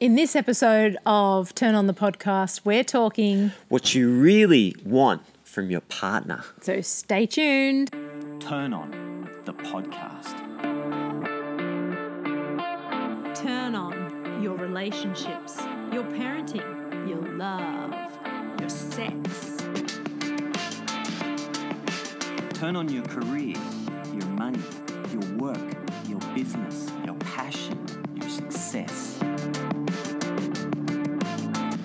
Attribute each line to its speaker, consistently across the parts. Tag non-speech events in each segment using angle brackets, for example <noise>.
Speaker 1: In this episode of Turn On the Podcast, we're talking,
Speaker 2: What you really want from your partner.
Speaker 1: so stay tuned.
Speaker 2: Turn on the podcast.
Speaker 1: Turn on your relationships, your parenting, your love, your sex.
Speaker 2: Turn on your career, your money, your work, your business, your passion, your success.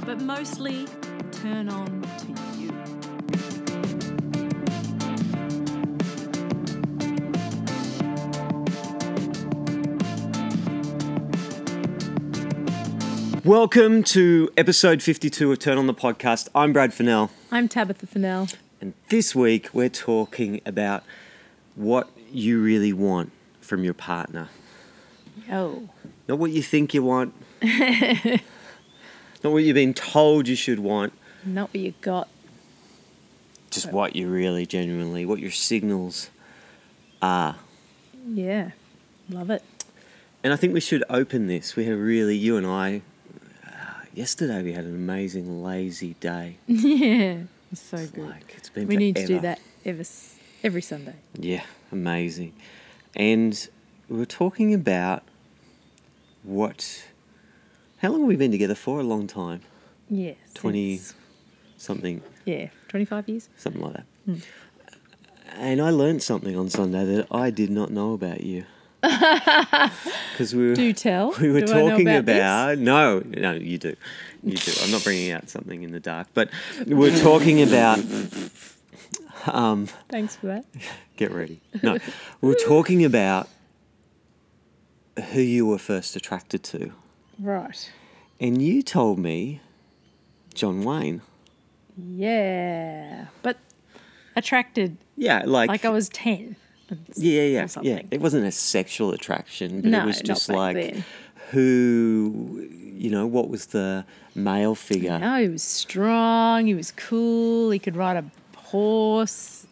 Speaker 1: but mostly turn on to you.
Speaker 2: Welcome to episode 52 of Turn on the podcast. I'm Brad Fennell,
Speaker 1: I'm Tabitha Fennell.
Speaker 2: and this week we're talking about what you really want from your partner.
Speaker 1: Oh,
Speaker 2: Not what you think you want. Not what you've been told you should want.
Speaker 1: not what you got.
Speaker 2: Just what you really genuinely, what your signals are.
Speaker 1: Yeah, love it.
Speaker 2: And I think we should open this. We had a really, you and I, uh, yesterday we had an amazing lazy day.
Speaker 1: yeah, it's so good.
Speaker 2: like, it's been
Speaker 1: we need to do
Speaker 2: forever.
Speaker 1: that every, s- every Sunday.
Speaker 2: Yeah, amazing. And we were talking about what, how long have we been together for? A long time.
Speaker 1: Yeah,
Speaker 2: 20
Speaker 1: since-
Speaker 2: something,
Speaker 1: yeah, twenty five years.
Speaker 2: something like that.
Speaker 1: Hmm.
Speaker 2: And I learned something on Sunday that I did not know
Speaker 1: <laughs>
Speaker 2: about you. <laughs> Because we were,
Speaker 1: Do tell.
Speaker 2: <laughs> we were
Speaker 1: Do I know
Speaker 2: talking
Speaker 1: about this?
Speaker 2: about, no no you do you do i'm not bringing out something in the dark but we're talking about um
Speaker 1: Thanks for that.
Speaker 2: get ready no we're talking about who you were first attracted to
Speaker 1: Right.
Speaker 2: and you told me john wayne
Speaker 1: Yeah, but attracted
Speaker 2: yeah like,
Speaker 1: like I was ten.
Speaker 2: yeah yeah
Speaker 1: or
Speaker 2: yeah
Speaker 1: something.
Speaker 2: it wasn't a sexual attraction but
Speaker 1: No,
Speaker 2: it was
Speaker 1: not
Speaker 2: just
Speaker 1: back
Speaker 2: like
Speaker 1: then.
Speaker 2: who you know what was the male figure
Speaker 1: No, he was strong. He was cool. He could ride a horse.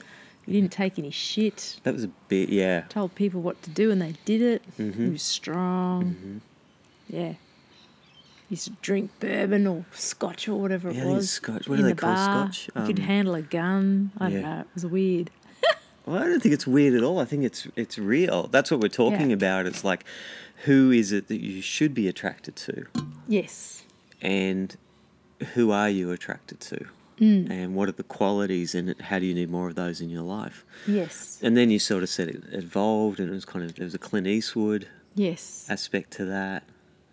Speaker 1: He didn't take any shit.
Speaker 2: that was a bit yeah
Speaker 1: Told people what to do and they did it.
Speaker 2: Mm-hmm.
Speaker 1: He was strong. Yeah. He used to drink bourbon or scotch or whatever
Speaker 2: Yeah, I
Speaker 1: it
Speaker 2: think it's
Speaker 1: was.
Speaker 2: scotch. What do
Speaker 1: in
Speaker 2: they
Speaker 1: the
Speaker 2: call
Speaker 1: bar.
Speaker 2: scotch?
Speaker 1: He could
Speaker 2: Um,
Speaker 1: handle a gun. I don't
Speaker 2: yeah.
Speaker 1: know. It was weird.
Speaker 2: Well, I don't think it's weird at all. I think it's it's real. That's what we're talking
Speaker 1: Yeah.
Speaker 2: about. It's like, who is it that you should be attracted to,
Speaker 1: Yes.
Speaker 2: and who are you attracted to,
Speaker 1: Mm.
Speaker 2: and what are the qualities, and how do you need more of those in your life?
Speaker 1: Yes.
Speaker 2: And then you sort of said it evolved, and it was kind of there was a Clint Eastwood
Speaker 1: Yes.
Speaker 2: aspect to that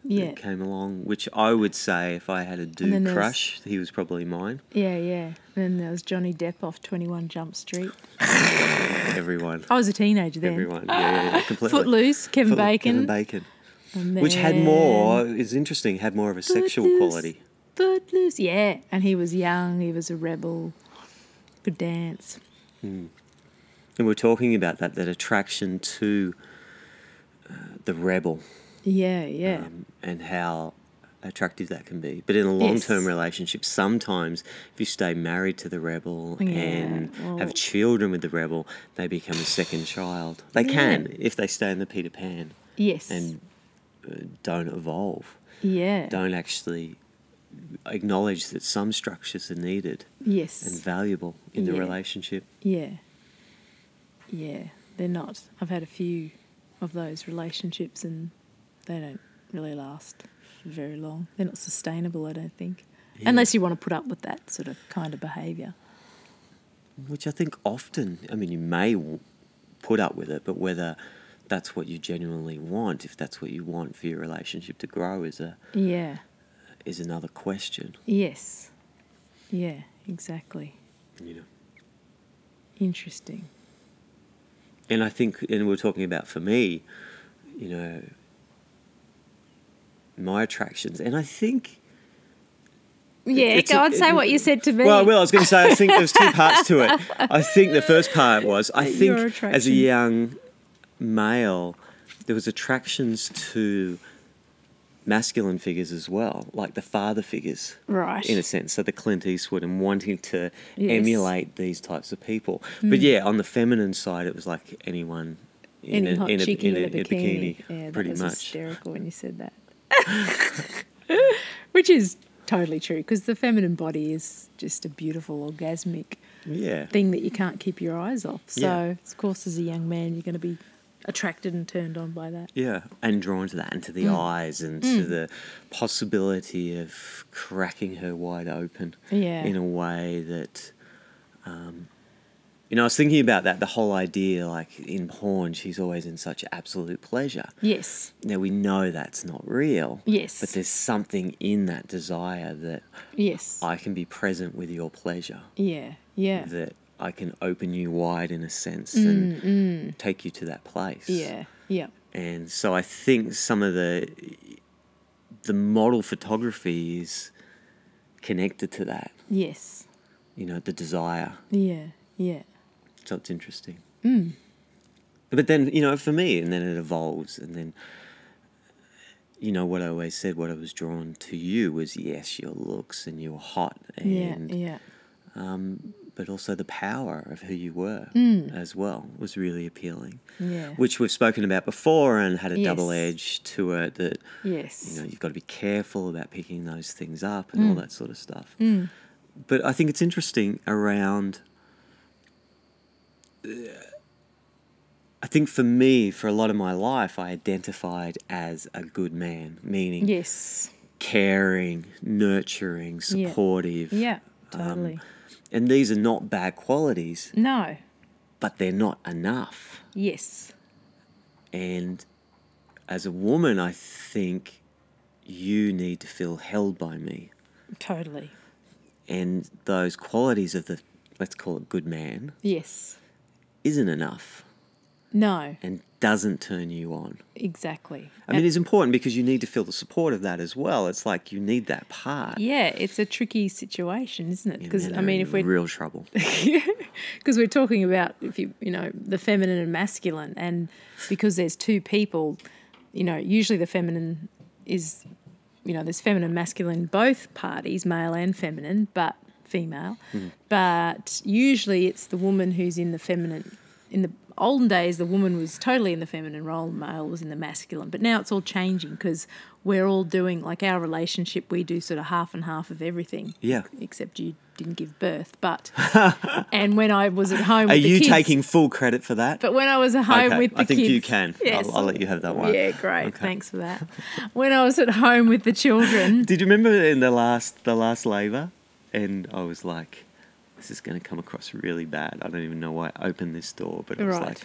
Speaker 1: Yeah.
Speaker 2: that came along, which I would say if I had a
Speaker 1: then
Speaker 2: dude
Speaker 1: there's-
Speaker 2: crush, he was probably mine.
Speaker 1: Yeah, yeah. And then there was Johnny Depp off 21 Jump Street. <laughs>
Speaker 2: Everyone,
Speaker 1: I was a teenager then.
Speaker 2: everyone, yeah, yeah, yeah completely.
Speaker 1: Footloose, Kevin
Speaker 2: Footloose,
Speaker 1: Bacon.
Speaker 2: Kevin Bacon.
Speaker 1: and
Speaker 2: Which had
Speaker 1: then-
Speaker 2: more is interesting. Had more of a sexual
Speaker 1: Footloose.
Speaker 2: quality.
Speaker 1: Footloose, yeah. And he was young, he was a rebel, could dance.
Speaker 2: And we're talking about that that attraction to uh, the rebel
Speaker 1: Yeah, yeah.
Speaker 2: um, and how attractive that can be. But in a long term
Speaker 1: Yes.
Speaker 2: relationship, sometimes if you stay married to the rebel
Speaker 1: Yeah,
Speaker 2: and
Speaker 1: well-
Speaker 2: have children with the rebel, they become a second child. They can if they stay in the Peter Pan
Speaker 1: yes.
Speaker 2: and uh, don't evolve,
Speaker 1: yeah.
Speaker 2: don't actually acknowledge that some structures are needed.
Speaker 1: yes.
Speaker 2: and valuable in the
Speaker 1: Yeah.
Speaker 2: relationship.
Speaker 1: yeah. Yeah. They're not. I've had a few of those relationships and they don't really last for very long. They're not sustainable, I don't think. Unless you want to put up with that sort of kind of behaviour.
Speaker 2: Which I think often, I mean, you may w- put up with it, but whether that's what you genuinely want, if that's what you want for your relationship to grow, is a
Speaker 1: Yeah.
Speaker 2: is another question.
Speaker 1: Yes. Yeah, exactly.
Speaker 2: You know,
Speaker 1: Interesting.
Speaker 2: and I think, and we're talking about for me, you know, my attractions, and I think.
Speaker 1: Yeah,
Speaker 2: It's
Speaker 1: go
Speaker 2: a-
Speaker 1: on, say what you said to me.
Speaker 2: Well, well, I was going to say, I think there's two parts to it. I think the first part was, I
Speaker 1: Your
Speaker 2: think as a
Speaker 1: attraction.
Speaker 2: young male, there was attractions to masculine figures as well, like the father figures.
Speaker 1: Right.
Speaker 2: In a sense, so the Clint Eastwood and wanting to
Speaker 1: Yes. Hmm.
Speaker 2: emulate these types of people. But yeah, on the feminine side, it was like anyone in,
Speaker 1: Any
Speaker 2: a,
Speaker 1: hot
Speaker 2: in, a,
Speaker 1: chickie
Speaker 2: in, a,
Speaker 1: with
Speaker 2: in a bikini,
Speaker 1: Yeah, that
Speaker 2: pretty
Speaker 1: was
Speaker 2: much.
Speaker 1: hysterical when you said that. <laughs> which is totally true because the feminine body is just a beautiful orgasmic
Speaker 2: Yeah.
Speaker 1: thing that you can't keep your eyes off. So,
Speaker 2: Yeah.
Speaker 1: of course, as a young man, you're going to be attracted and turned on by that.
Speaker 2: Yeah, and drawn to that, and to
Speaker 1: Mm.
Speaker 2: the eyes, and to the possibility of cracking her wide open
Speaker 1: Yeah.
Speaker 2: in a way that, um, you know, I was thinking about that the whole idea like in porn, she's always in such absolute pleasure.
Speaker 1: Yes.
Speaker 2: Now we know that's not real.
Speaker 1: Yes.
Speaker 2: But there's something in that desire that
Speaker 1: Yes.
Speaker 2: I can be present with your pleasure,
Speaker 1: yeah. Yeah. Mm,
Speaker 2: that I can open you wide in a sense and take you to that place
Speaker 1: yeah. Yeah.
Speaker 2: and so I think some of the the model photography is connected to that,
Speaker 1: Yes.
Speaker 2: you know, the desire.
Speaker 1: Yeah. Yeah.
Speaker 2: So it's interesting.
Speaker 1: Mm.
Speaker 2: But then, you know, for me, and then it evolves, and then, you know, what I always said, what I was drawn to you was yes, your looks and you were hot,
Speaker 1: Yeah.
Speaker 2: and
Speaker 1: Yeah.
Speaker 2: but also the power of who you were as well was really appealing,
Speaker 1: Mm. Yeah.
Speaker 2: which we've spoken about before and had a
Speaker 1: Yes.
Speaker 2: double edge to it that
Speaker 1: yes.
Speaker 2: you know you've got to be careful about picking those things up and all
Speaker 1: Mm.
Speaker 2: that sort of stuff but i think it's interesting around uh, i think for me for a lot of my life i identified as a good man meaning
Speaker 1: yes.
Speaker 2: caring nurturing
Speaker 1: Yeah.
Speaker 2: supportive
Speaker 1: Yeah.
Speaker 2: um,
Speaker 1: Totally.
Speaker 2: and these are not bad qualities
Speaker 1: no.
Speaker 2: but they're not enough
Speaker 1: Yes.
Speaker 2: and as a woman i think you need to feel held by me
Speaker 1: Totally.
Speaker 2: and those qualities of the let's call it good man
Speaker 1: Yes.
Speaker 2: isn't enough
Speaker 1: No.
Speaker 2: and doesn't turn you on.
Speaker 1: Exactly.
Speaker 2: I mean, it's important because you need to feel the support of that as well. It's like you need that part.
Speaker 1: yeah, it's a tricky situation, isn't it?
Speaker 2: And
Speaker 1: Because
Speaker 2: then
Speaker 1: I
Speaker 2: they're
Speaker 1: mean,
Speaker 2: in
Speaker 1: if we're <laughs>
Speaker 2: real trouble,
Speaker 1: because we're talking about if you you know the feminine and masculine and because there's two people you know usually the feminine is you know there's feminine masculine both parties male and feminine but female but usually it's the woman who's in the feminine in the olden days the woman was totally in the feminine role male was in the masculine but now it's all changing because we're all doing like our relationship we do sort of half and half of everything
Speaker 2: Yeah.
Speaker 1: except you didn't give birth
Speaker 2: <laughs>
Speaker 1: but and when I was at home,
Speaker 2: are
Speaker 1: with the
Speaker 2: you
Speaker 1: kids-
Speaker 2: taking full credit for that?
Speaker 1: But when I was at home
Speaker 2: Okay,
Speaker 1: with the
Speaker 2: I think
Speaker 1: kids,
Speaker 2: you can. I'll- I'll let you have that one.
Speaker 1: Yeah, great.
Speaker 2: Okay.
Speaker 1: Thanks for that. When I was at home with the
Speaker 2: <laughs>
Speaker 1: children,
Speaker 2: Did you remember in the last the last labour, and I was like, "This is going to come across really bad." I don't even know why I opened this door, but it was
Speaker 1: Right.
Speaker 2: like,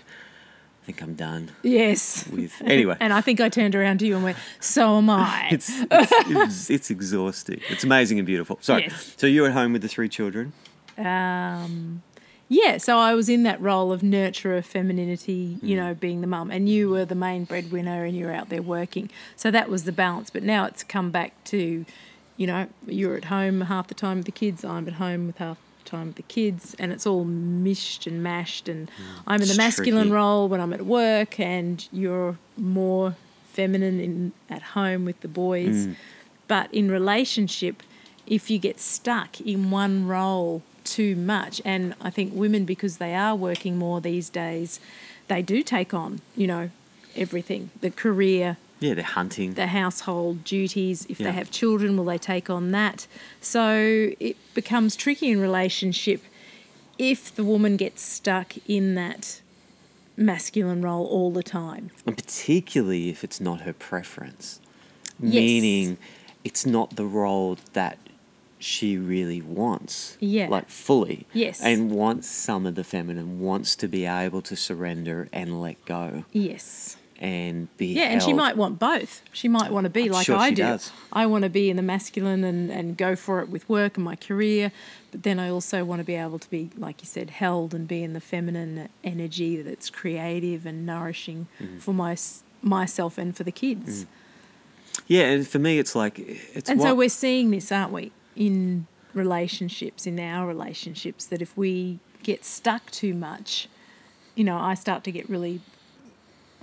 Speaker 2: "I think I'm done
Speaker 1: yes.
Speaker 2: with." Anyway,
Speaker 1: And I think I turned around to you and went, "So am I."
Speaker 2: <laughs> it's, it's, it's it's exhausting. It's amazing and beautiful. Sorry.
Speaker 1: Yes.
Speaker 2: So you're at home with the three children.
Speaker 1: um, yeah, so I was in that role of nurturer, femininity, you
Speaker 2: Hmm.
Speaker 1: know, being the mum, and you were the main breadwinner and you were out there working. So that was the balance. But now it's come back to, you know, you're at home half the time with the kids, I'm at home with half the time with the kids, and it's all mished and mashed. And I'm in the
Speaker 2: Hmm. It's
Speaker 1: masculine
Speaker 2: tricky.
Speaker 1: role when I'm at work, and you're more feminine in at home with the boys. But in relationship, if you get stuck in one role too much, and I think women, because they are working more these days, they do take on, you know, everything the career,
Speaker 2: Yeah, they're hunting.
Speaker 1: the household duties. If
Speaker 2: Yeah.
Speaker 1: they have children, will they take on that? So it becomes tricky in relationship if the woman gets stuck in that masculine role all the time.
Speaker 2: and particularly if it's not her preference.
Speaker 1: Yes.
Speaker 2: Meaning it's not the role that she really wants.
Speaker 1: Yeah.
Speaker 2: Like fully.
Speaker 1: Yes.
Speaker 2: And wants some of the feminine, wants to be able to surrender and let go
Speaker 1: Yes.
Speaker 2: and be
Speaker 1: Yeah, and she
Speaker 2: held.
Speaker 1: might want both. She might want to be
Speaker 2: I'm
Speaker 1: like
Speaker 2: sure
Speaker 1: I
Speaker 2: she
Speaker 1: do.
Speaker 2: does.
Speaker 1: I want to be in the masculine and, and go for it with work and my career, but then I also want to be able to be, like you said, held and be in the feminine energy that's creative and nourishing
Speaker 2: Mm-hmm.
Speaker 1: for my, myself and for the kids.
Speaker 2: Yeah, and for me it's like it's
Speaker 1: And so
Speaker 2: what-
Speaker 1: we're seeing this, aren't we, in relationships, in our relationships, that if we get stuck too much, you know, I start to get really,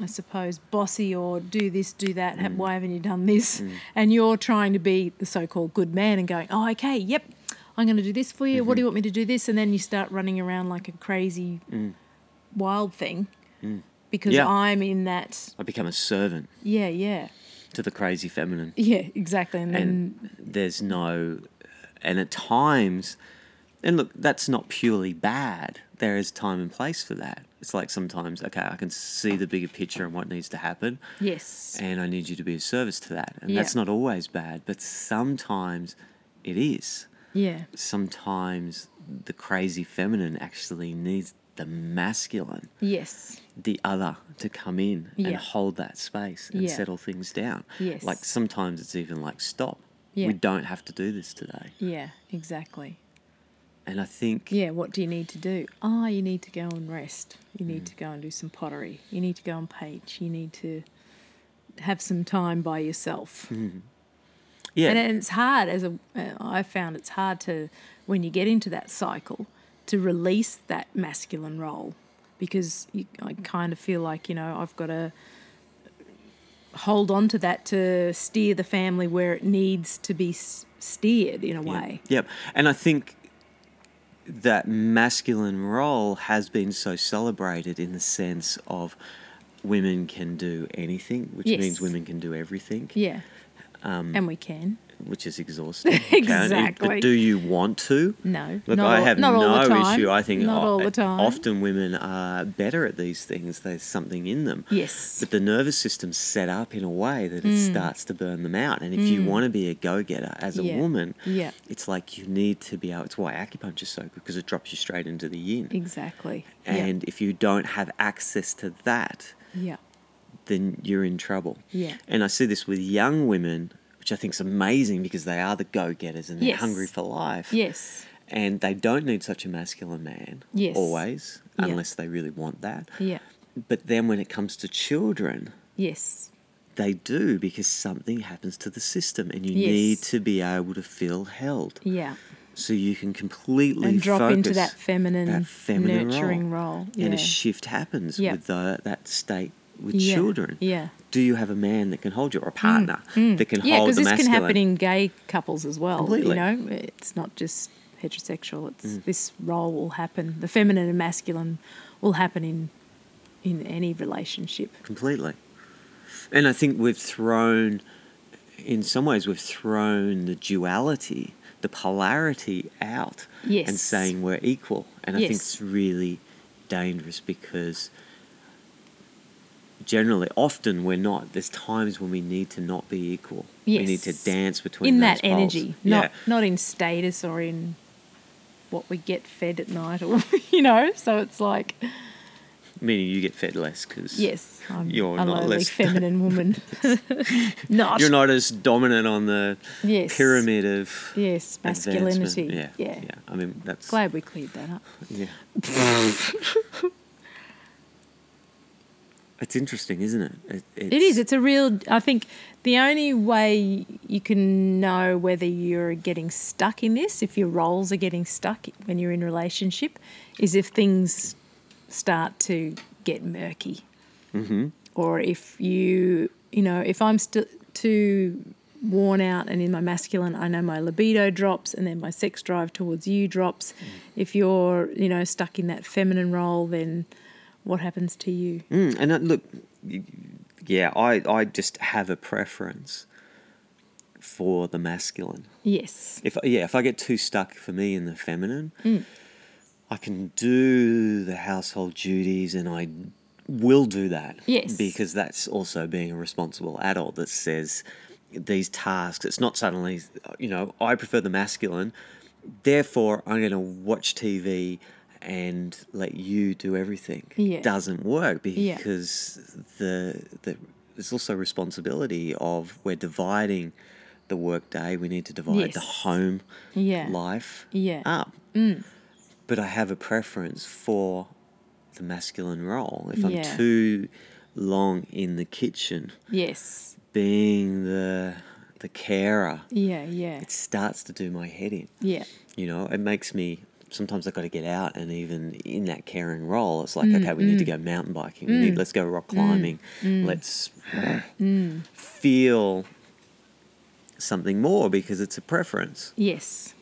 Speaker 1: I suppose, bossy or do this, do that.
Speaker 2: Mm.
Speaker 1: ha- Why haven't you done this? And you're trying to be the so called good man and going, oh, okay, yep, I'm going to do this for you. What do you want
Speaker 2: Mm-hmm.
Speaker 1: me to do this? And then you start running around like a crazy wild thing because
Speaker 2: Mm. Yeah.
Speaker 1: I'm in that,
Speaker 2: I become a servant
Speaker 1: yeah, <laughs> yeah.
Speaker 2: to the crazy feminine.
Speaker 1: Yeah, exactly. And then
Speaker 2: And there's no and at times and look that's not purely bad there is time and place for that it's like sometimes okay i can see the bigger picture and what needs to happen
Speaker 1: Yes.
Speaker 2: and i need you to be of service to that and
Speaker 1: Yeah.
Speaker 2: that's not always bad but sometimes it is
Speaker 1: Yeah.
Speaker 2: sometimes the crazy feminine actually needs the masculine
Speaker 1: Yes.
Speaker 2: the other to come in and
Speaker 1: Yeah.
Speaker 2: hold that space and
Speaker 1: Yeah.
Speaker 2: settle things down.
Speaker 1: Yes.
Speaker 2: Like sometimes it's even like, stop.
Speaker 1: Yeah.
Speaker 2: We don't have to do this today.
Speaker 1: Yeah. Exactly.
Speaker 2: And I think,
Speaker 1: Yeah. What do you need to do? Ah, you need to go and rest. You need to go and do some pottery. You need to go and paint. You need to have some time by yourself.
Speaker 2: yeah,
Speaker 1: And then it's hard as a uh, I found it's hard to when you get into that cycle to release that masculine role because you, I kind of feel like you know I've got to hold on to that to steer the family where it needs to be s- steered in a
Speaker 2: yeah,
Speaker 1: way.
Speaker 2: Yep. And I think that masculine role has been so celebrated in the sense of women can do anything, which
Speaker 1: Yes.
Speaker 2: means women can do everything,
Speaker 1: Yeah. and we can.
Speaker 2: which
Speaker 1: <laughs>
Speaker 2: is exhausting. Karen.
Speaker 1: Exactly.
Speaker 2: But do you want to?
Speaker 1: No.
Speaker 2: Look,
Speaker 1: not
Speaker 2: I
Speaker 1: all,
Speaker 2: have
Speaker 1: not
Speaker 2: no
Speaker 1: all the time.
Speaker 2: issue. I think
Speaker 1: not
Speaker 2: o-
Speaker 1: all the time.
Speaker 2: often women are better at these things. There's something in them.
Speaker 1: Yes. Mm.
Speaker 2: But the nervous system's set up in a way that it starts to burn them out. And if you want to be a go getter as a
Speaker 1: Yeah.
Speaker 2: woman,
Speaker 1: Yeah.
Speaker 2: it's like you need to be able. It's why acupuncture's so good because it drops you straight into the yin.
Speaker 1: Exactly.
Speaker 2: And if you don't have access to that,
Speaker 1: yeah.
Speaker 2: then you're in trouble.
Speaker 1: Yeah.
Speaker 2: And I see this with young women, which I think is amazing because they are the go getters and they're
Speaker 1: Yes.
Speaker 2: hungry for life
Speaker 1: Yeah. Yes.
Speaker 2: and they don't need such a masculine man
Speaker 1: Yes.
Speaker 2: always
Speaker 1: Yeah.
Speaker 2: unless they really want that
Speaker 1: Yeah.
Speaker 2: but then when it comes to children
Speaker 1: Yes.
Speaker 2: they do because something happens to the system and you
Speaker 1: Yes.
Speaker 2: need to be able to feel held
Speaker 1: Yeah.
Speaker 2: so you can completely
Speaker 1: and drop into
Speaker 2: focus
Speaker 1: that feminine,
Speaker 2: that feminine
Speaker 1: nurturing role. Yeah.
Speaker 2: and a shift happens
Speaker 1: Yeah.
Speaker 2: with the, that state with
Speaker 1: Yeah.
Speaker 2: children
Speaker 1: Yeah. Mm.
Speaker 2: do you have a man that can hold you or a partner that can
Speaker 1: Yeah,
Speaker 2: hold
Speaker 1: because
Speaker 2: the
Speaker 1: this
Speaker 2: masculine
Speaker 1: can happen in gay couples as well.
Speaker 2: Completely. Mm.
Speaker 1: You know, it's not just heterosexual. It's this role will happen. The feminine and masculine will happen in in any relationship.
Speaker 2: completely. And I think we've thrown, in some ways, we've thrown the duality, the polarity out, and
Speaker 1: Yes.
Speaker 2: saying we're equal. And I think
Speaker 1: Yes.
Speaker 2: it's really dangerous because generally, often we're not. There's times when we need to not be equal. We need to
Speaker 1: Yes.
Speaker 2: dance between
Speaker 1: In
Speaker 2: those
Speaker 1: that
Speaker 2: poles.
Speaker 1: energy,
Speaker 2: Yeah.
Speaker 1: not not in status or in what we get fed at night, or <laughs> you know. So it's like,
Speaker 2: Meaning you get fed less because
Speaker 1: yes, I'm
Speaker 2: You're
Speaker 1: a
Speaker 2: not
Speaker 1: lonely
Speaker 2: less- <laughs>
Speaker 1: feminine woman. <laughs> not
Speaker 2: you're not as dominant on the
Speaker 1: Yes.
Speaker 2: pyramid of
Speaker 1: Yes,
Speaker 2: advancement.
Speaker 1: masculinity.
Speaker 2: Yeah,
Speaker 1: yeah.
Speaker 2: I mean, that's
Speaker 1: Glad we cleared that up.
Speaker 2: Yeah. <laughs> it's interesting, isn't it? it it's,
Speaker 1: It is. It's a real. I think the only way you can know whether you're getting stuck in this, if your roles are getting stuck when you're in relationship, is if things start to get murky, mm-hmm. or if you, you know, if I'm still too worn out and in my masculine, I know my libido drops, and then my sex drive towards you drops. If you're, you know, stuck in that feminine role, then what happens to you?
Speaker 2: Mm, and uh, look, y- yeah, I, I just have a preference for the masculine.
Speaker 1: Yes.
Speaker 2: If yeah, if I get too stuck for me in the feminine,
Speaker 1: Mm.
Speaker 2: I can do the household duties, and I will do that.
Speaker 1: Yes.
Speaker 2: because that's also being a responsible adult that says these tasks. It's not suddenly, you know, I prefer the masculine, therefore I'm going to watch TV and let you do everything.
Speaker 1: Yeah.
Speaker 2: doesn't work because the the there's also responsibility of we're dividing the workday. We need to divide the
Speaker 1: Yes.
Speaker 2: home
Speaker 1: Yeah.
Speaker 2: life
Speaker 1: Yeah. Mm.
Speaker 2: up. But I have a preference for the masculine role. If
Speaker 1: Yeah.
Speaker 2: I'm too long in the kitchen
Speaker 1: Yes.
Speaker 2: being the the carer,
Speaker 1: Yeah, yeah.
Speaker 2: it starts to do my head in.
Speaker 1: Yeah.
Speaker 2: You know, it makes me sometimes I've got to get out and even in that caring role, it's like,
Speaker 1: Mm,
Speaker 2: okay, we need to go mountain biking, we need let's go rock climbing,
Speaker 1: mm.
Speaker 2: let's feel something more because it's a preference.
Speaker 1: Yes.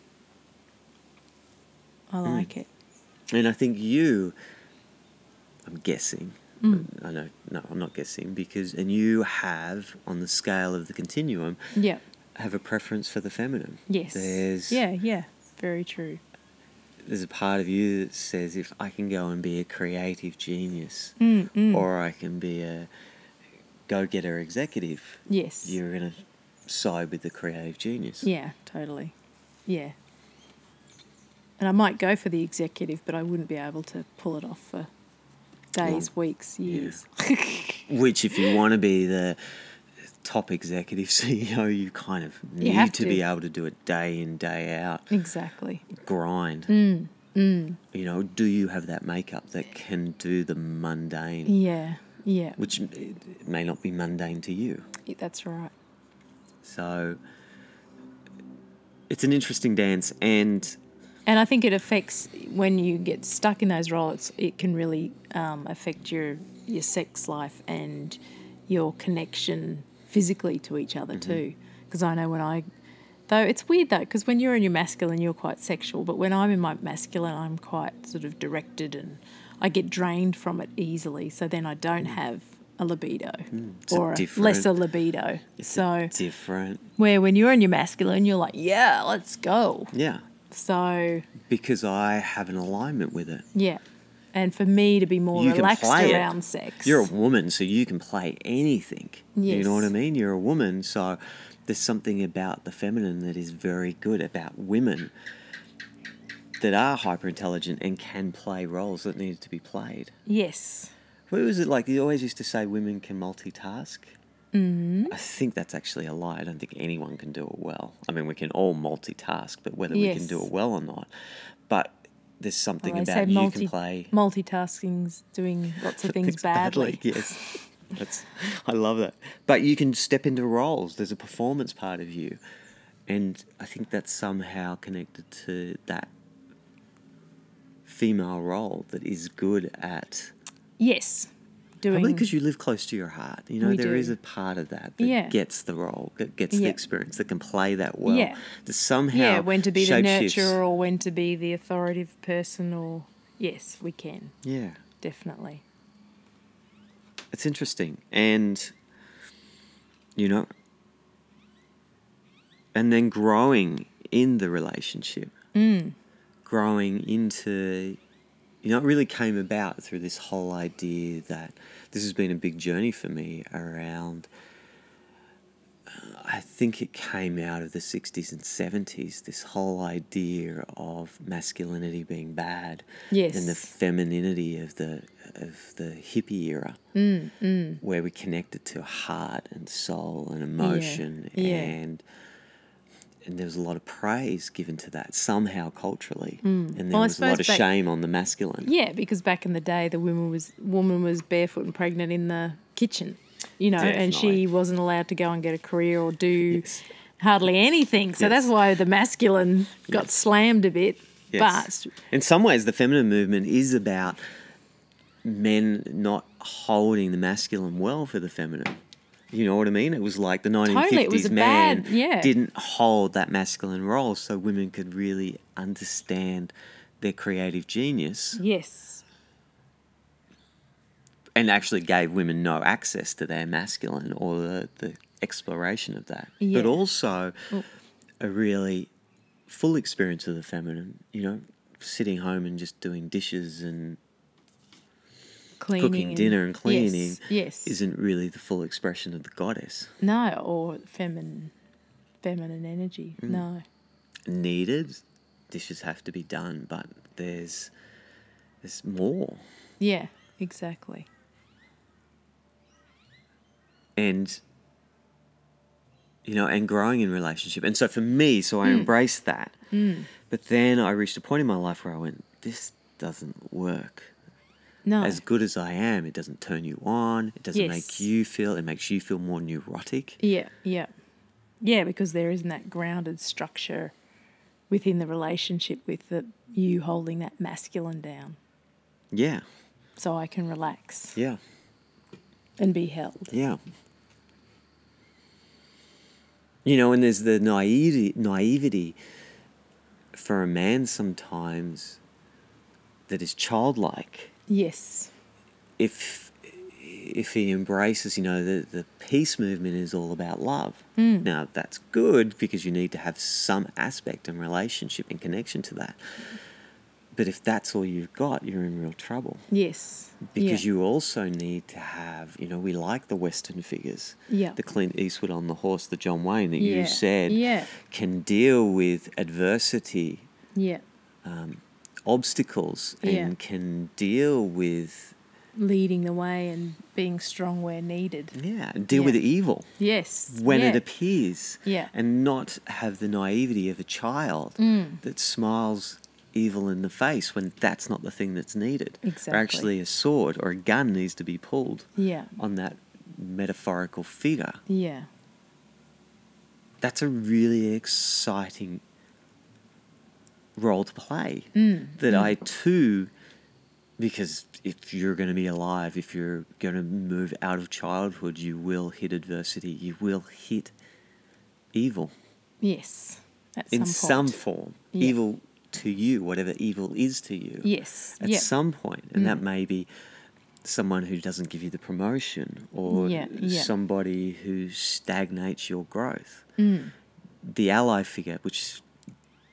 Speaker 1: I like it.
Speaker 2: And I think you, I'm guessing,
Speaker 1: Mm.
Speaker 2: I know, no, I'm not guessing because, and you have on the scale of the continuum
Speaker 1: Yeah.
Speaker 2: have a preference for the feminine.
Speaker 1: Yes.
Speaker 2: There's
Speaker 1: yeah, yeah. Very true.
Speaker 2: there's a part of you that says if I can go and be a creative genius
Speaker 1: Mm, mm.
Speaker 2: or I can be a go getter executive,
Speaker 1: yes.
Speaker 2: you're gonna side with the creative genius.
Speaker 1: Yeah, totally. Yeah. And I might go for the executive, but I wouldn't be able to pull it off for days, weeks, years.
Speaker 2: Which if you wanna be the top executive <laughs> CEO, you kind of need
Speaker 1: have
Speaker 2: to,
Speaker 1: to. Mm.
Speaker 2: be able to do it day in, day out.
Speaker 1: Exactly.
Speaker 2: Grind.
Speaker 1: Mm,
Speaker 2: You know, do you have that makeup that can do the mundane?
Speaker 1: Yeah, yeah.
Speaker 2: Which m- it may not be mundane to you.
Speaker 1: That's right.
Speaker 2: So it's an interesting dance, and
Speaker 1: And I think it affects when you get stuck in those roles. It can really um, affect your your sex life and your connection physically to each other too. Because I know when I, though it's weird though, because when you're in your masculine, you're quite sexual. But when I'm in my masculine, I'm quite sort of directed, and I get drained from it easily. So then I don't have a libido
Speaker 2: a
Speaker 1: or a
Speaker 2: different-
Speaker 1: lesser libido.
Speaker 2: it's
Speaker 1: so
Speaker 2: a different.
Speaker 1: where when you're in your masculine, you're like, yeah, let's go.
Speaker 2: Yeah,
Speaker 1: So
Speaker 2: because I have an alignment with it.
Speaker 1: Yeah. And for me to be more
Speaker 2: You can
Speaker 1: relaxed
Speaker 2: play it.
Speaker 1: around sex.
Speaker 2: You're a woman, so you can play anything. You know what I
Speaker 1: Yes.
Speaker 2: mean? You're a woman, so there's something about the feminine that is very good about women that are hyper intelligent and can play roles that needed to be played.
Speaker 1: yes.
Speaker 2: What was it like? You always used to say women can multitask. Mm-hmm. I think that's actually a lie. I don't think anyone can do it well. I mean, we can all multitask, but whether we can do
Speaker 1: Yes.
Speaker 2: it well or not, but there's something
Speaker 1: Well, they say
Speaker 2: about you
Speaker 1: multi-
Speaker 2: can play
Speaker 1: multitasking's doing lots
Speaker 2: <laughs>
Speaker 1: of things badly.
Speaker 2: Yes, that's I love that. But you can step into roles. There's a performance part of you, and I think that's somehow connected to that female role that is good at
Speaker 1: Yes. Doing
Speaker 2: Probably because you live close to your heart. You know,
Speaker 1: We
Speaker 2: there is
Speaker 1: do.
Speaker 2: a part of that that
Speaker 1: Yeah.
Speaker 2: gets the role, that gets the
Speaker 1: Yeah.
Speaker 2: experience, that can play that well.
Speaker 1: Yeah.
Speaker 2: That somehow
Speaker 1: Yeah, when to be the
Speaker 2: shapeshifts.
Speaker 1: nurturer or when to be the authoritative person or yes, we can.
Speaker 2: Yeah.
Speaker 1: Definitely.
Speaker 2: It's interesting. And, you know, and then growing in the relationship, growing into, you know, it really came about through this whole idea that this has been a big journey for me around. uh, I think it came out of the 60s and 70s, this whole idea of masculinity being bad and the
Speaker 1: Yes.
Speaker 2: femininity of the, of the hippie era where we connected to heart and soul and emotion
Speaker 1: yeah.
Speaker 2: and and there was a lot of praise given to that somehow culturally and there
Speaker 1: Mm. Well, I
Speaker 2: was a lot
Speaker 1: suppose
Speaker 2: of
Speaker 1: back-
Speaker 2: shame on the masculine
Speaker 1: Yeah, because back in the day the woman was woman was barefoot and pregnant in the kitchen. You know, and
Speaker 2: Definitely.
Speaker 1: she wasn't allowed to go and get a career or do
Speaker 2: Yes.
Speaker 1: hardly anything. So that's
Speaker 2: Yes.
Speaker 1: why the masculine got
Speaker 2: Yes.
Speaker 1: slammed a bit.
Speaker 2: Yes.
Speaker 1: But
Speaker 2: in some ways the feminine movement is about men not holding the masculine well for the feminine you know what I mean? It was like the 1950s
Speaker 1: Totally, it was a
Speaker 2: man
Speaker 1: bad- yeah.
Speaker 2: didn't hold that masculine role so women could really understand their creative genius.
Speaker 1: yes,
Speaker 2: and actually gave women no access to their masculine or the, the exploration of that,
Speaker 1: Yeah.
Speaker 2: but also a really full experience of the feminine, you know, sitting home and just doing dishes and
Speaker 1: cleaning,
Speaker 2: cooking
Speaker 1: and-
Speaker 2: dinner and cleaning
Speaker 1: Yes, yes.
Speaker 2: isn't really the full expression of the goddess.
Speaker 1: no, or feminine, feminine energy.
Speaker 2: Mm.
Speaker 1: No,
Speaker 2: Needed, dishes have to be done, but there's there's more.
Speaker 1: yeah, exactly.
Speaker 2: and you know and growing in relationship and so for me so i embraced that but then i reached a point in my life where i went this doesn't work
Speaker 1: No,
Speaker 2: as good as i am it doesn't turn you on it doesn't make
Speaker 1: Yes.
Speaker 2: you feel it makes you feel more neurotic
Speaker 1: yeah, yeah, yeah, because there isn't that grounded structure within the relationship with the, you holding that masculine down,
Speaker 2: yeah
Speaker 1: so I can relax
Speaker 2: yeah
Speaker 1: and be held.
Speaker 2: yeah you know and there's the naivety naivety for a man sometimes that is childlike
Speaker 1: Yes,
Speaker 2: if if he embraces, you know, the, the peace movement is all about love.
Speaker 1: Mm.
Speaker 2: Now, that's good because you need to have some aspect and relationship and connection to that. But if that's all you've got, you're in real trouble
Speaker 1: Yes.
Speaker 2: because
Speaker 1: yeah.
Speaker 2: you also need to have, you know, we like the Western figures,
Speaker 1: Yeah.
Speaker 2: the Clint Eastwood on the horse, the John Wayne that
Speaker 1: Yeah.
Speaker 2: you said
Speaker 1: Yeah.
Speaker 2: can deal with adversity
Speaker 1: Yeah.
Speaker 2: obstacles
Speaker 1: Yeah.
Speaker 2: and can deal with
Speaker 1: Leading the way and being strong where needed.
Speaker 2: yeah deal
Speaker 1: Yeah.
Speaker 2: with evil
Speaker 1: Yes.
Speaker 2: when
Speaker 1: yeah.
Speaker 2: it appears
Speaker 1: Yeah.
Speaker 2: and not have the naivety of a child
Speaker 1: Mm.
Speaker 2: that smiles evil in the face when that's not the thing that's needed
Speaker 1: Exactly.
Speaker 2: or actually a sword or a gun needs to be pulled
Speaker 1: Yeah.
Speaker 2: on that metaphorical figure
Speaker 1: Yeah.
Speaker 2: that's a really exciting role to play
Speaker 1: Mm.
Speaker 2: that I too because if you're going to be alive if you're going to move out of childhood you will hit adversity you will hit evil
Speaker 1: Yes. At
Speaker 2: in
Speaker 1: some
Speaker 2: some
Speaker 1: point.
Speaker 2: form
Speaker 1: Yeah.
Speaker 2: evil to you whatever evil is to you
Speaker 1: Yes.
Speaker 2: at
Speaker 1: yeah. Mm.
Speaker 2: some point, and that may be someone who doesn't give you the promotion or
Speaker 1: Yeah, yeah.
Speaker 2: somebody who stagnates your growth.
Speaker 1: Mm.
Speaker 2: The ally figure, which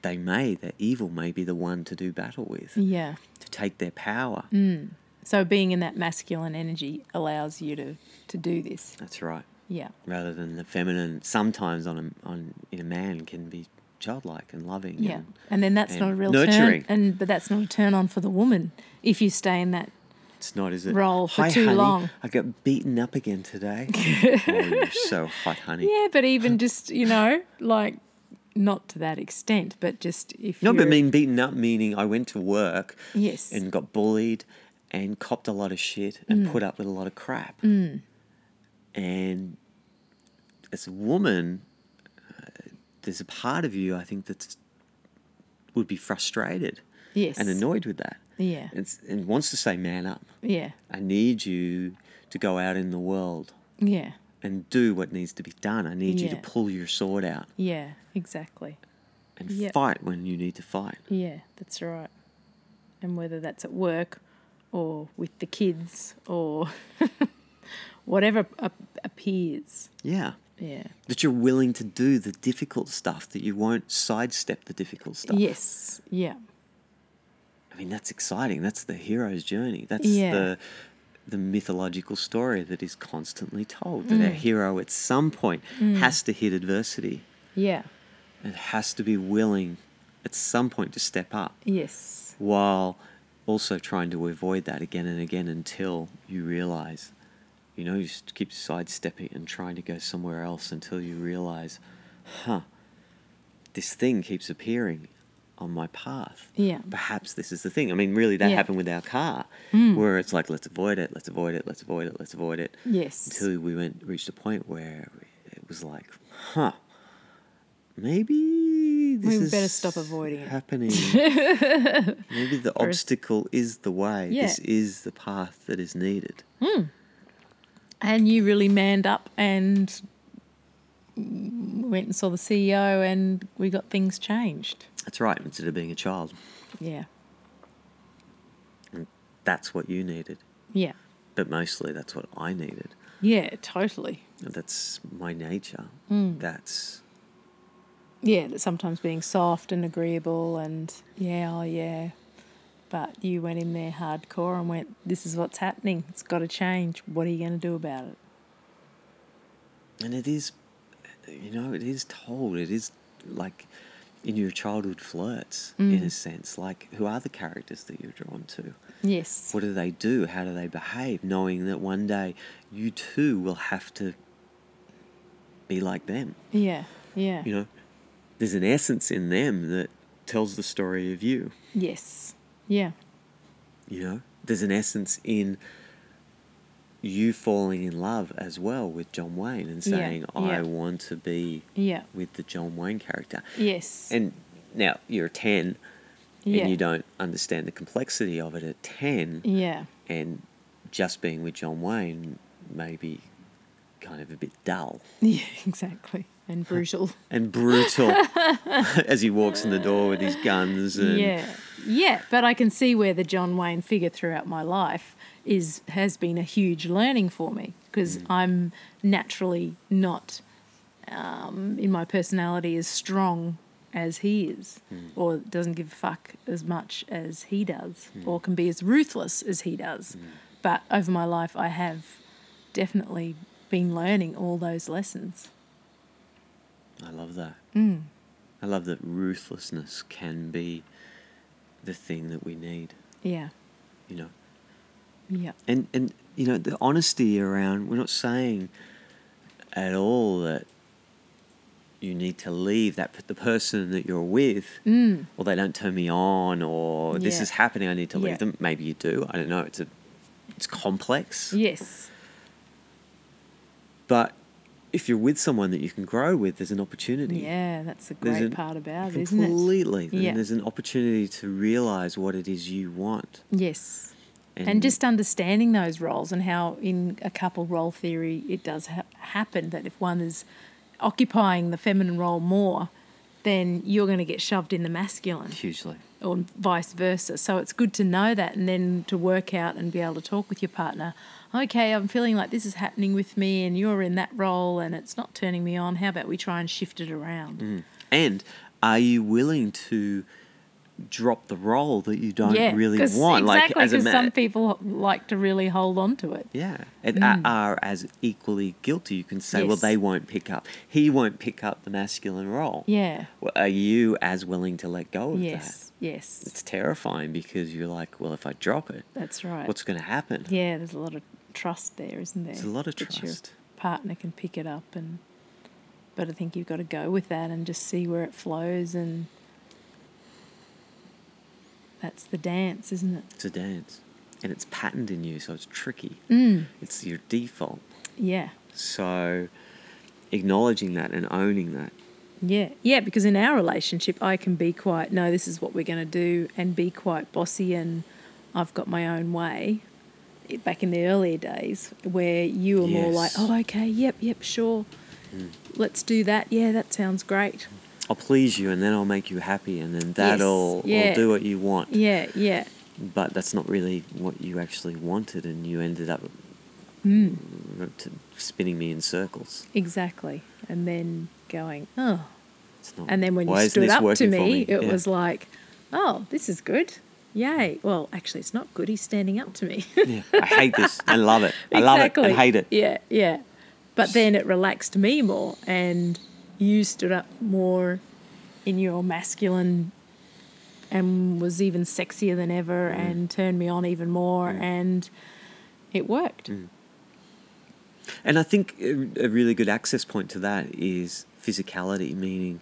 Speaker 2: they may, the evil may be the one to do battle with,
Speaker 1: yeah.
Speaker 2: to take their power.
Speaker 1: Mm. So being in that masculine energy allows you to to do this.
Speaker 2: That's right.
Speaker 1: Yeah.
Speaker 2: Rather than the feminine, sometimes on a, on in a man can be childlike and loving.
Speaker 1: Yeah.
Speaker 2: and
Speaker 1: And then that's
Speaker 2: and
Speaker 1: not a real
Speaker 2: nurturing.
Speaker 1: turn and but that's not a turn on for the woman if you stay in that
Speaker 2: It's not, is it?
Speaker 1: Roll for
Speaker 2: Hi,
Speaker 1: too
Speaker 2: honey,
Speaker 1: long.
Speaker 2: I got beaten up again
Speaker 1: <laughs>
Speaker 2: today. oh, you're so hot, honey.
Speaker 1: Yeah, but
Speaker 2: <laughs>
Speaker 1: even just, you know, like not to that extent, but just if
Speaker 2: No,
Speaker 1: you're
Speaker 2: but mean beaten up meaning I went to work
Speaker 1: Yes.
Speaker 2: and got bullied and copped a lot of shit
Speaker 1: Mm.
Speaker 2: and put up with a lot of crap. And as a woman, uh, there's a part of you I think that's would be frustrated
Speaker 1: yes.
Speaker 2: and annoyed with that.
Speaker 1: Yeah.
Speaker 2: It's, and wants to say, man up.
Speaker 1: Yeah.
Speaker 2: I need you to go out in the world
Speaker 1: Yeah.
Speaker 2: and do what needs to be done. I need you to
Speaker 1: Yeah.
Speaker 2: pull your sword out
Speaker 1: Yeah. Exactly.
Speaker 2: and
Speaker 1: Yeah.
Speaker 2: fight when you need to fight.
Speaker 1: Yeah, that's right. And whether that's at work or with the kids or <laughs> whatever ap- appears.
Speaker 2: Yeah.
Speaker 1: Yeah.
Speaker 2: that you're willing to do the difficult stuff that you won't sidestep the difficult stuff
Speaker 1: Yes. Yeah.
Speaker 2: i mean that's exciting that's the hero's journey that's
Speaker 1: Yeah.
Speaker 2: the the mythological story that is constantly told that a
Speaker 1: Mm.
Speaker 2: hero at some point has to hit adversity
Speaker 1: Yeah.
Speaker 2: and has to be willing at some point to step up
Speaker 1: Yes.
Speaker 2: while also trying to avoid that again and again until you realize you know you just keep sidestepping and trying to go somewhere else until you realize huh this thing keeps appearing on my path
Speaker 1: Yeah.
Speaker 2: perhaps this is the thing i mean really that
Speaker 1: Yeah. Hmm.
Speaker 2: happened with our car where it's like let's avoid it let's avoid it let's avoid it let's avoid it
Speaker 1: Yes.
Speaker 2: until we went reached a point where it was like huh maybe this
Speaker 1: We
Speaker 2: is
Speaker 1: better stop avoiding it. <laughs>
Speaker 2: happening maybe the obstacle is the way
Speaker 1: Yeah.
Speaker 2: this is the path that is needed
Speaker 1: And you really manned up and mm, went and saw the CEO and we got things changed.
Speaker 2: that's right instead of being a child
Speaker 1: Yeah.
Speaker 2: that's what you needed
Speaker 1: Yeah.
Speaker 2: but mostly that's what i needed
Speaker 1: Yeah, totally.
Speaker 2: that's my nature
Speaker 1: Hmm.
Speaker 2: that's
Speaker 1: Yeah, that sometimes being soft and agreeable and yeah, oh yeah. But you went in there hardcore and went, this is what's happening. It's got to change. What are you going to do about it?
Speaker 2: and it is you know it is told it is like in your childhood flirts in
Speaker 1: Mm.
Speaker 2: a sense like who are the characters that you're drawn to
Speaker 1: Yes.
Speaker 2: what do they do how do they behave knowing that one day you too will have to be like them
Speaker 1: Yeah. Yeah.
Speaker 2: you know there's an essence in them that tells the story of you
Speaker 1: Yes. Yeah.
Speaker 2: you know there's an essence in you falling in love as well with John Wayne and
Speaker 1: Yeah,
Speaker 2: saying I
Speaker 1: yeah.
Speaker 2: want to be
Speaker 1: Yeah.
Speaker 2: with the John Wayne character
Speaker 1: Yes.
Speaker 2: and now you're 10
Speaker 1: yeah.
Speaker 2: and you don't understand the complexity of it at 10
Speaker 1: Yeah. <laughs>
Speaker 2: and just being with John Wayne may be kind of a bit dull
Speaker 1: Yeah. Exactly. and brutal.
Speaker 2: and
Speaker 1: <laughs>
Speaker 2: brutal as he walks in the door with his guns and
Speaker 1: yeah, yeah. But I can see where the John Wayne figure throughout my life is has been a huge learning for me because
Speaker 2: Mm.
Speaker 1: I'm naturally not um, in my personality as strong as he is,
Speaker 2: Mm.
Speaker 1: or doesn't give a fuck as much as he does,
Speaker 2: Mm.
Speaker 1: or can be as ruthless as he does. But over my life, I have definitely been learning all those lessons.
Speaker 2: I love that.
Speaker 1: Mm.
Speaker 2: I love that ruthlessness can be the thing that we need,
Speaker 1: Yeah,
Speaker 2: you know.
Speaker 1: yeah.
Speaker 2: And and you know, the honesty around we're not saying at all that you need to leave that p- the person that you're with
Speaker 1: Mm.
Speaker 2: or they don't turn me on or this
Speaker 1: Yeah.
Speaker 2: is happening I need to leave
Speaker 1: Yeah.
Speaker 2: them. Maybe you do. I don't know. It's a it's complex.
Speaker 1: Yes.
Speaker 2: But if you're with someone that you can grow with, there's an opportunity.
Speaker 1: Yeah, that's the
Speaker 2: There's
Speaker 1: great
Speaker 2: an-
Speaker 1: part about it, isn't it?
Speaker 2: Completely. Then
Speaker 1: Yeah.
Speaker 2: there's an opportunity to realize what it is you want.
Speaker 1: Yes. And, just understanding those roles and how in a couple role theory it does ha- happen that if one is occupying the feminine role more, then you're going to get shoved in the masculine
Speaker 2: hugely.
Speaker 1: or vice versa. So it's good to know that and then to work out and be able to talk with your partner. Okay, I'm feeling like this is happening with me and you're in that role and it's not turning me on. How about we try and shift it around?
Speaker 2: Mm, And are you willing to drop the role that you don't
Speaker 1: yeah,
Speaker 2: really
Speaker 1: 'cause-
Speaker 2: want?
Speaker 1: Exactly,
Speaker 2: as a
Speaker 1: because
Speaker 2: man.
Speaker 1: some people like to really hold on to it.
Speaker 2: yeah, and a- are as equally guilty. You can say, well,
Speaker 1: Yes.
Speaker 2: they won't pick up. He won't pick up the masculine role.
Speaker 1: Yeah.
Speaker 2: Well, are you as willing to let go of that?
Speaker 1: Yes. Yes.
Speaker 2: It's terrifying because you're like, well, if I drop it,
Speaker 1: That's right.
Speaker 2: what's going to happen?
Speaker 1: yeah, there's a lot of trust there, isn't there?
Speaker 2: There's a lot of
Speaker 1: That your
Speaker 2: trust.
Speaker 1: partner can pick it up and but I think you've got to go with that and just see where it flows and that's the dance, isn't it?
Speaker 2: It's a dance, and it's patterned in you, so it's tricky.
Speaker 1: Mm.
Speaker 2: It's your default.
Speaker 1: Yeah.
Speaker 2: So acknowledging that and owning that.
Speaker 1: Yeah, yeah, because in our relationship, I can be quite, no, this is what we're going to do, and be quite bossy, and I've got my own way. It- Back in the earlier days, where you were more like,
Speaker 2: Yes. Hmm.
Speaker 1: oh, okay, yep, yep, sure, let's do that. Yeah, that sounds great.
Speaker 2: I'll please you, and then I'll make you happy, and then that'll will
Speaker 1: yeah.
Speaker 2: do what you want.
Speaker 1: Yeah, yeah,
Speaker 2: But that's not really what you actually wanted, and you ended up mm, t- spinning me in circles.
Speaker 1: exactly. And then going, oh,
Speaker 2: It's not.
Speaker 1: And then when
Speaker 2: why
Speaker 1: you
Speaker 2: isn't
Speaker 1: stood
Speaker 2: this
Speaker 1: up to
Speaker 2: working for
Speaker 1: me, it
Speaker 2: Yeah.
Speaker 1: was like, oh, this is good. Yay. Well, actually, it's not good. He's standing up to me.
Speaker 2: <laughs> Yeah. I hate this. I love it. I love it. I hate it.
Speaker 1: Yeah, yeah. But then it relaxed me more, and you stood up more in your masculine and was even sexier than ever
Speaker 2: Mm.
Speaker 1: and turned me on even more, and it worked.
Speaker 2: Mm. And I think a a really good access point to that is physicality, meaning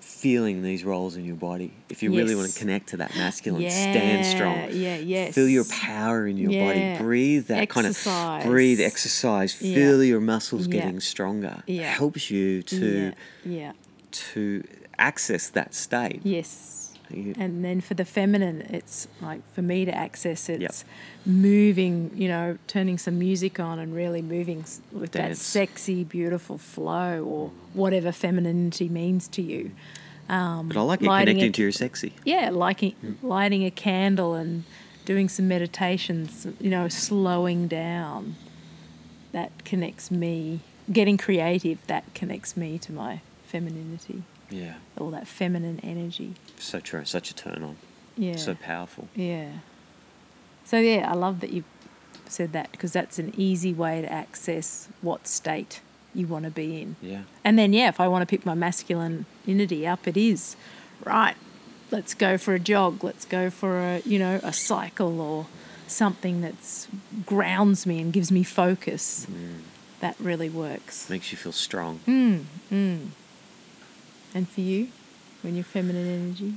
Speaker 2: feeling these roles in your body. If you really want
Speaker 1: Yes.
Speaker 2: to connect to that masculine, stand strong.
Speaker 1: Yeah, yes.
Speaker 2: Feel your power in your
Speaker 1: Yeah.
Speaker 2: body. Breathe that kind
Speaker 1: Exercise.
Speaker 2: of breathe, exercise.
Speaker 1: Yeah.
Speaker 2: Feel your muscles
Speaker 1: Yeah.
Speaker 2: getting stronger. It
Speaker 1: Yeah.
Speaker 2: helps you to
Speaker 1: Yeah, yeah.
Speaker 2: to access that state.
Speaker 1: Yes.
Speaker 2: You-
Speaker 1: And then for the feminine, it's like for me to access it's
Speaker 2: Yep.
Speaker 1: moving, you know, turning some music on and really moving s- with that
Speaker 2: Dance.
Speaker 1: sexy, beautiful flow or whatever femininity means to you. Um,
Speaker 2: But I like it
Speaker 1: lighting
Speaker 2: connecting
Speaker 1: it-
Speaker 2: to Mm. your sexy.
Speaker 1: Yeah, liking, lighting a candle and doing some meditations, you know, slowing down. That connects me. Getting creative, that connects me to my femininity,
Speaker 2: Yeah.
Speaker 1: all that feminine energy.
Speaker 2: So true. Such a turn on.
Speaker 1: Yeah.
Speaker 2: So powerful.
Speaker 1: Yeah. So yeah, I love that you said that because that's an easy way to access what state you want to be in.
Speaker 2: Yeah.
Speaker 1: And then yeah, if I want to pick my masculinity up, it is right. Let's go for a jog. Let's go for a you know a cycle or something that's grounds me and gives me focus.
Speaker 2: Mm.
Speaker 1: That really works.
Speaker 2: Makes you feel strong.
Speaker 1: Hmm. And for you, when you're feminine energy,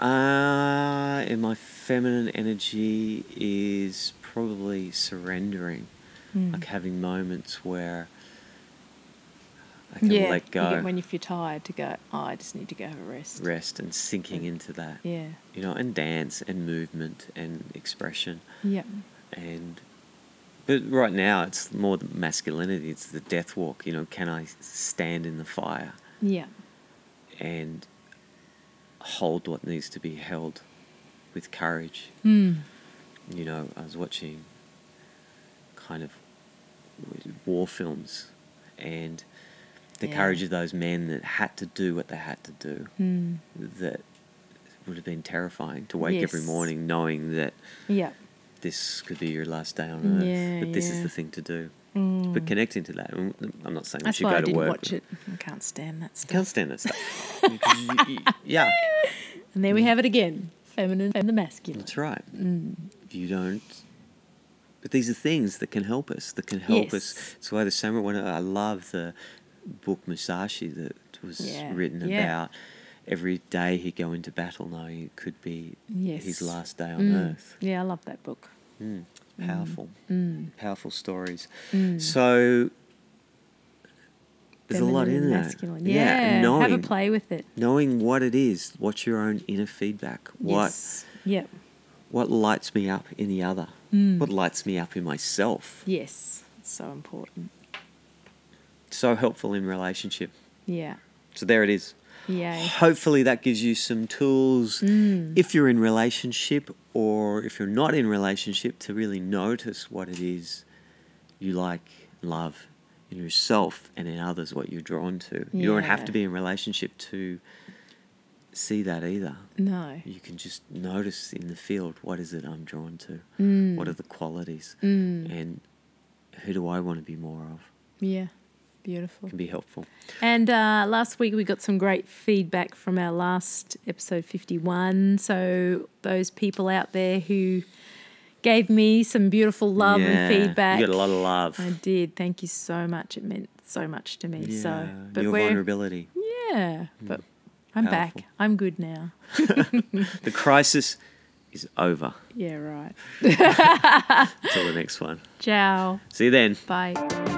Speaker 2: Uh, and my feminine energy is probably surrendering,
Speaker 1: Hmm.
Speaker 2: like having moments where I can
Speaker 1: yeah,
Speaker 2: let
Speaker 1: you get-
Speaker 2: go,
Speaker 1: when if you're tired, to go. "Oh, I just need to go have a rest.
Speaker 2: rest, and sinking into that.
Speaker 1: Yeah.
Speaker 2: You know, and dance and movement and expression
Speaker 1: Yep.
Speaker 2: and But right now, it's more the masculinity. It's the death walk. You know, can I stand in the fire
Speaker 1: Yeah.
Speaker 2: and hold what needs to be held with courage?
Speaker 1: Mm.
Speaker 2: You know, I was watching kind of war films and the
Speaker 1: Yeah.
Speaker 2: courage of those men that had to do what they had to do.
Speaker 1: Mm.
Speaker 2: That would have been terrifying to wake every
Speaker 1: Yes.
Speaker 2: morning knowing that
Speaker 1: Yeah.
Speaker 2: this could be your last day on earth,
Speaker 1: Yeah,
Speaker 2: but this is
Speaker 1: yeah.
Speaker 2: the thing to do.
Speaker 1: Mm.
Speaker 2: But connecting to that, I'm I'm not saying
Speaker 1: That's
Speaker 2: we should
Speaker 1: why
Speaker 2: go
Speaker 1: I
Speaker 2: to
Speaker 1: didn't
Speaker 2: work.
Speaker 1: watch it. I can't stand that
Speaker 2: I
Speaker 1: stuff.
Speaker 2: can't stand
Speaker 1: <laughs>
Speaker 2: that stuff. You can- you- you- yeah,
Speaker 1: And there we have it again: feminine and the masculine.
Speaker 2: that's right.
Speaker 1: Mm.
Speaker 2: You don't. But these are things that can help us. That can help us.
Speaker 1: Yes.
Speaker 2: That's why the samurai. One, I love the book Musashi that was
Speaker 1: Yeah,
Speaker 2: written
Speaker 1: yeah.
Speaker 2: about. Every day he'd go into battle, knowing it could be
Speaker 1: Yes.
Speaker 2: his last day on
Speaker 1: Mm.
Speaker 2: earth.
Speaker 1: Yeah, I love that book.
Speaker 2: Mm, powerful, powerful stories.
Speaker 1: Mm.
Speaker 2: So there's a lot
Speaker 1: Feminine
Speaker 2: in
Speaker 1: and
Speaker 2: there.
Speaker 1: Masculine. Yeah.
Speaker 2: and knowing,
Speaker 1: have a play with it.
Speaker 2: knowing what it is, what's your own inner feedback? What
Speaker 1: Yes. Yep.
Speaker 2: what lights me up in the other?
Speaker 1: Mm.
Speaker 2: What lights me up in myself?
Speaker 1: Yes. It's so important.
Speaker 2: So helpful in relationship.
Speaker 1: Yeah.
Speaker 2: So there it is. <sighs>
Speaker 1: Yeah.
Speaker 2: Hopefully that gives you some tools
Speaker 1: Mm.
Speaker 2: if you're in relationship or if you're not in relationship to really notice what it is you like, love in yourself and in others what you're drawn to. You don't have
Speaker 1: Yeah.
Speaker 2: to be in relationship to see that either.
Speaker 1: No.
Speaker 2: You can just notice in the field what is it I'm drawn to?
Speaker 1: Mm.
Speaker 2: What are the qualities?
Speaker 1: Mm.
Speaker 2: And who do I want to be more of?
Speaker 1: Yeah. Beautiful.
Speaker 2: Can be helpful.
Speaker 1: And uh, last week we got some great feedback from our last episode 51. So, those people out there who gave me some beautiful love
Speaker 2: Yeah,
Speaker 1: and feedback.
Speaker 2: You got a lot of love.
Speaker 1: I did. Thank you so much. It meant so much to me. So,
Speaker 2: Yeah,
Speaker 1: but
Speaker 2: your
Speaker 1: we're,
Speaker 2: vulnerability.
Speaker 1: yeah, but I'm back.
Speaker 2: Powerful.
Speaker 1: I'm good now.
Speaker 2: The crisis is over.
Speaker 1: Yeah, right.
Speaker 2: Till the next one.
Speaker 1: Ciao.
Speaker 2: See you then.
Speaker 1: Bye.